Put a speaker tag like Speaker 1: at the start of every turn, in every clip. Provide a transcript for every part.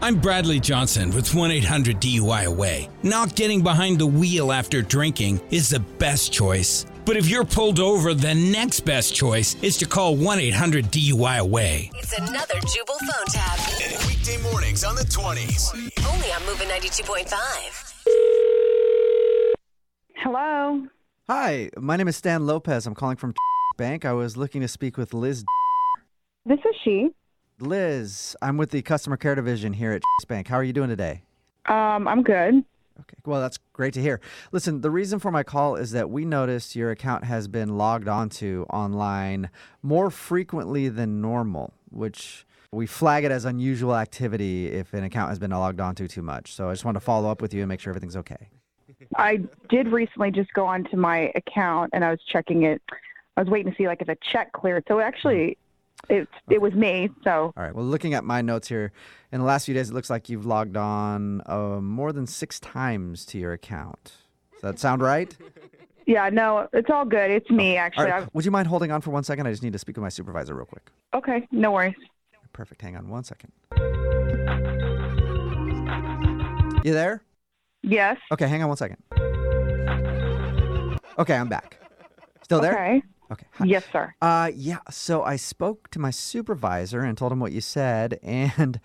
Speaker 1: I'm Bradley Johnson with 1 800 DUI Away. Not getting behind the wheel after drinking is the best choice. But if you're pulled over, the next best choice is to call 1 800 DUI Away.
Speaker 2: It's another Jubal phone tab.
Speaker 3: Weekday mornings on the 20s.
Speaker 2: Only on Moving 92.5.
Speaker 4: Hello.
Speaker 5: Hi, my name is Stan Lopez. I'm calling from Bank. I was looking to speak with Liz.
Speaker 4: This is she.
Speaker 5: Liz, I'm with the customer care division here at Bank. How are you doing today?
Speaker 4: Um, I'm good.
Speaker 5: Okay, well, that's great to hear. Listen, the reason for my call is that we noticed your account has been logged onto online more frequently than normal, which we flag it as unusual activity if an account has been logged onto too much. So I just wanted to follow up with you and make sure everything's okay.
Speaker 4: I did recently just go onto my account and I was checking it. I was waiting to see like if a check cleared. So actually, it it was me. So
Speaker 5: All right. Well, looking at my notes here, in the last few days, it looks like you've logged on uh, more than six times to your account. Does that sound right?
Speaker 4: yeah, no, it's all good. It's me
Speaker 5: All
Speaker 4: actually.
Speaker 5: right. Would you mind holding on for one second? I just need to speak with my supervisor real quick.
Speaker 4: I, okay, no worries.
Speaker 5: Perfect. Hang on one second. You there?
Speaker 4: Yes.
Speaker 5: Okay. Hang on one second. Okay, I'm back. Still there?
Speaker 4: Okay.
Speaker 5: Okay. Hi.
Speaker 4: Yes, sir.
Speaker 5: Uh, yeah. So I spoke to my supervisor and told him what you said, and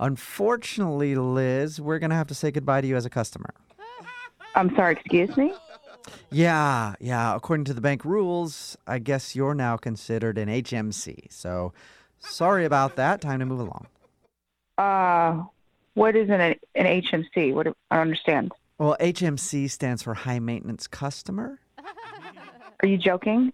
Speaker 5: unfortunately, Liz, we're gonna have to say goodbye to you as a customer.
Speaker 4: I'm sorry. Excuse me.
Speaker 5: Yeah, yeah. According to the bank rules, I guess you're now considered an HMC. So, sorry about that. Time to move along.
Speaker 4: Uh, what is an an HMC? What do- I don't understand.
Speaker 5: Well, HMC stands for high maintenance customer.
Speaker 4: Are you joking?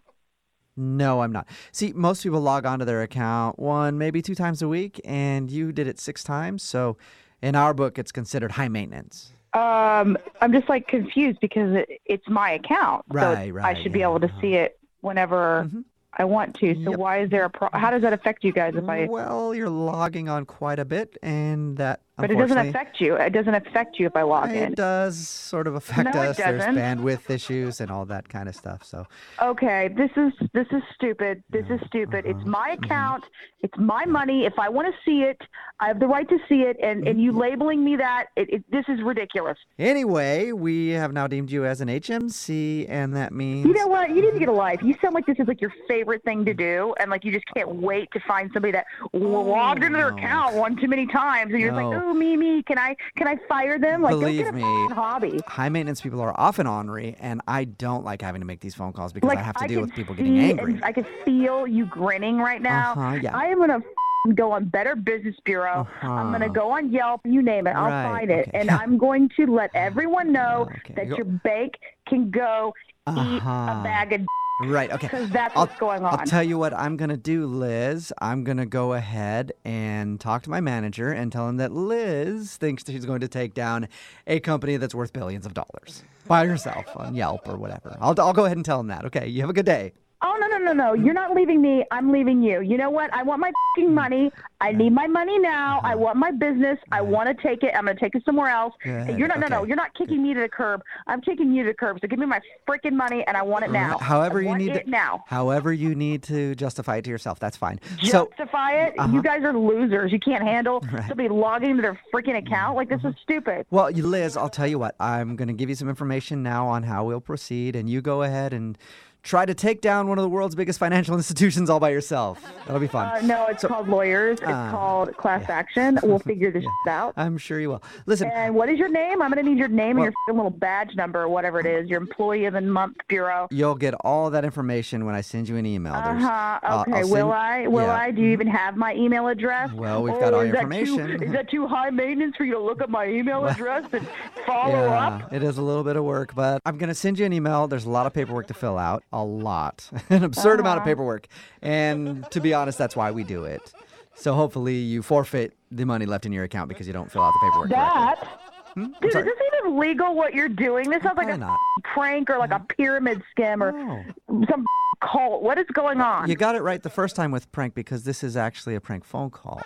Speaker 5: No, I'm not. See, most people log onto their account one, maybe two times a week, and you did it six times. So, in our book, it's considered high maintenance.
Speaker 4: Um, I'm just like confused because it, it's my account, so
Speaker 5: Right,
Speaker 4: it-
Speaker 5: right,
Speaker 4: I should be
Speaker 5: yeah,
Speaker 4: able to
Speaker 5: uh-huh. Mm-hmm.
Speaker 4: see it whenever I want to. So
Speaker 5: Yep. Mm,
Speaker 4: why is there a pro- how does that affect you guys if I?
Speaker 5: Well, you're logging on quite a bit, and that
Speaker 4: But it doesn't
Speaker 5: unfortunately-
Speaker 4: affect you. It doesn't affect you if I log in.
Speaker 5: It does sort of affect
Speaker 4: No, it
Speaker 5: us. There's
Speaker 4: doesn't.
Speaker 5: bandwidth issues and all that kind of stuff. So,
Speaker 4: Okay, this is this is stupid. This is stupid.
Speaker 5: uh-huh.
Speaker 4: It's my
Speaker 5: Mm-hmm.
Speaker 4: account. It's my money. If I want to see it, I have the right to see it. And
Speaker 5: Mm-hmm.
Speaker 4: and you labeling me that it, it, this is ridiculous.
Speaker 5: Anyway, we have now deemed you as an HMC, and that means
Speaker 4: You know what? You need to get a life. You sound like this is like your favorite thing to do, and like you just can't wait to find somebody that logged into their
Speaker 5: Oh, no.
Speaker 4: account one too many times, and you're just like,
Speaker 5: No.
Speaker 4: oh, me, me, can I, can I fire them? Like, go
Speaker 5: Believe
Speaker 4: get a
Speaker 5: me.
Speaker 4: f***ing hobby.
Speaker 5: high maintenance people are often ornery, and I don't like having to make these phone calls because
Speaker 4: Like
Speaker 5: I have to
Speaker 4: I
Speaker 5: deal
Speaker 4: can
Speaker 5: with people
Speaker 4: see
Speaker 5: getting
Speaker 4: and
Speaker 5: angry.
Speaker 4: I can feel you grinning right now.
Speaker 5: Uh-huh, yeah.
Speaker 4: I am gonna f***ing go on Better Business Bureau. I'm gonna
Speaker 5: Uh-huh.
Speaker 4: go on Yelp. You name it, I'll
Speaker 5: Right,
Speaker 4: find it,
Speaker 5: okay. Uh-huh.
Speaker 4: and I'm going to let everyone know
Speaker 5: Okay,
Speaker 4: that
Speaker 5: go-
Speaker 4: your bank can go eat a
Speaker 5: Uh-huh.
Speaker 4: bag of. D-
Speaker 5: right? Okay.
Speaker 4: because that's
Speaker 5: I'll,
Speaker 4: what's going on.
Speaker 5: I'll tell you what I'm gonna do, Liz. I'm gonna go ahead and talk to my manager and tell him that Liz thinks that she's going to take down a company that's worth billions of dollars by herself on Yelp or whatever. I'll I'll go ahead and tell him that. Okay. You have a good day.
Speaker 4: Oh no no no no! You're not leaving me. I'm leaving you. You know what? I want my fing money. I need my money now.
Speaker 5: Uh-huh.
Speaker 4: I want my business. I want to take it. I'm gonna take it somewhere else.
Speaker 5: Good.
Speaker 4: You're not no no.
Speaker 5: Okay.
Speaker 4: You're not kicking me to the curb. I'm kicking you to the curb. So give me my freaking money, and I want it now.
Speaker 5: However
Speaker 4: I
Speaker 5: you
Speaker 4: want
Speaker 5: need
Speaker 4: it
Speaker 5: to,
Speaker 4: now.
Speaker 5: However you need to justify it to yourself. That's fine. so Uh-huh.
Speaker 4: Justify it. You guys are losers. You can't handle somebody logging into their freaking
Speaker 5: Mm-hmm.
Speaker 4: account. Like this is stupid.
Speaker 5: well, you- Liz, I'll tell you what. I'm going to give you some information now on how we'll proceed and you go ahead and try to take down one of the world's biggest financial institutions all by yourself. That'll be fun.
Speaker 4: Uh, no, it's called lawyers. It's
Speaker 5: Uh,
Speaker 4: called class action. We'll figure this out.
Speaker 5: I'm sure you will. Listen,
Speaker 4: And what is your name? I'm going to need your name and your f***ing little badge number or whatever it is, your employee of the month bureau.
Speaker 5: you'll get all that information when I send you an email. There's- uh,
Speaker 4: Uh-huh.
Speaker 5: I'll-
Speaker 4: Okay.
Speaker 5: I'll
Speaker 4: will
Speaker 5: send-
Speaker 4: I? Will
Speaker 5: yeah.
Speaker 4: I? Do you even have my email address?
Speaker 5: Well, we've
Speaker 4: Oh,
Speaker 5: got all
Speaker 4: is
Speaker 5: your
Speaker 4: that too-
Speaker 5: information.
Speaker 4: is that too high maintenance for you to look up my email address and follow up?
Speaker 5: Yeah, it is a little bit of work, but I'm going to send you an email. There's a lot of paperwork to fill out, a lot, an absurd amount
Speaker 4: Uh-huh.
Speaker 5: of paperwork. And to be honest, that's why we do it. So hopefully you forfeit the money left in your account because you don't fill out the paperwork. correctly.
Speaker 4: That. Dude,
Speaker 5: sorry.
Speaker 4: is this even legal what you're doing? This sounds like
Speaker 5: Probably
Speaker 4: a
Speaker 5: not. Mm-hmm. Oh.
Speaker 4: prank or like a pyramid scam or some cult. What is going on?
Speaker 5: You got it right the first time with prank because this is actually a prank phone call.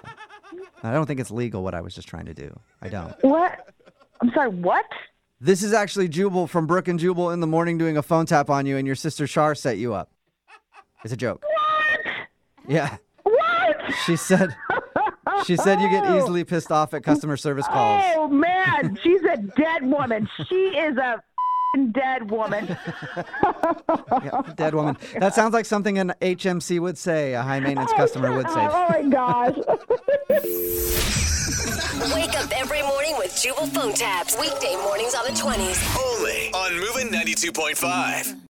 Speaker 5: I don't think it's legal what I was just trying to do. I don't.
Speaker 4: what? I'm sorry, what?
Speaker 5: This is actually Jubal from Brook and Jubal in the morning doing a phone tap on you, and your sister Shar set you up. It's a joke. What? Yeah.
Speaker 4: What?
Speaker 5: She said She said you get easily pissed off at customer service calls.
Speaker 4: Oh man, she's a dead woman. She is a f***ing dead woman.
Speaker 5: Yeah, dead woman. That sounds like something an HMC would say, a high maintenance customer would say.
Speaker 4: Oh my gosh.
Speaker 2: Wake up every morning with Jubal phone tabs. Weekday mornings on the 20s.
Speaker 3: Only on Moving 92.5.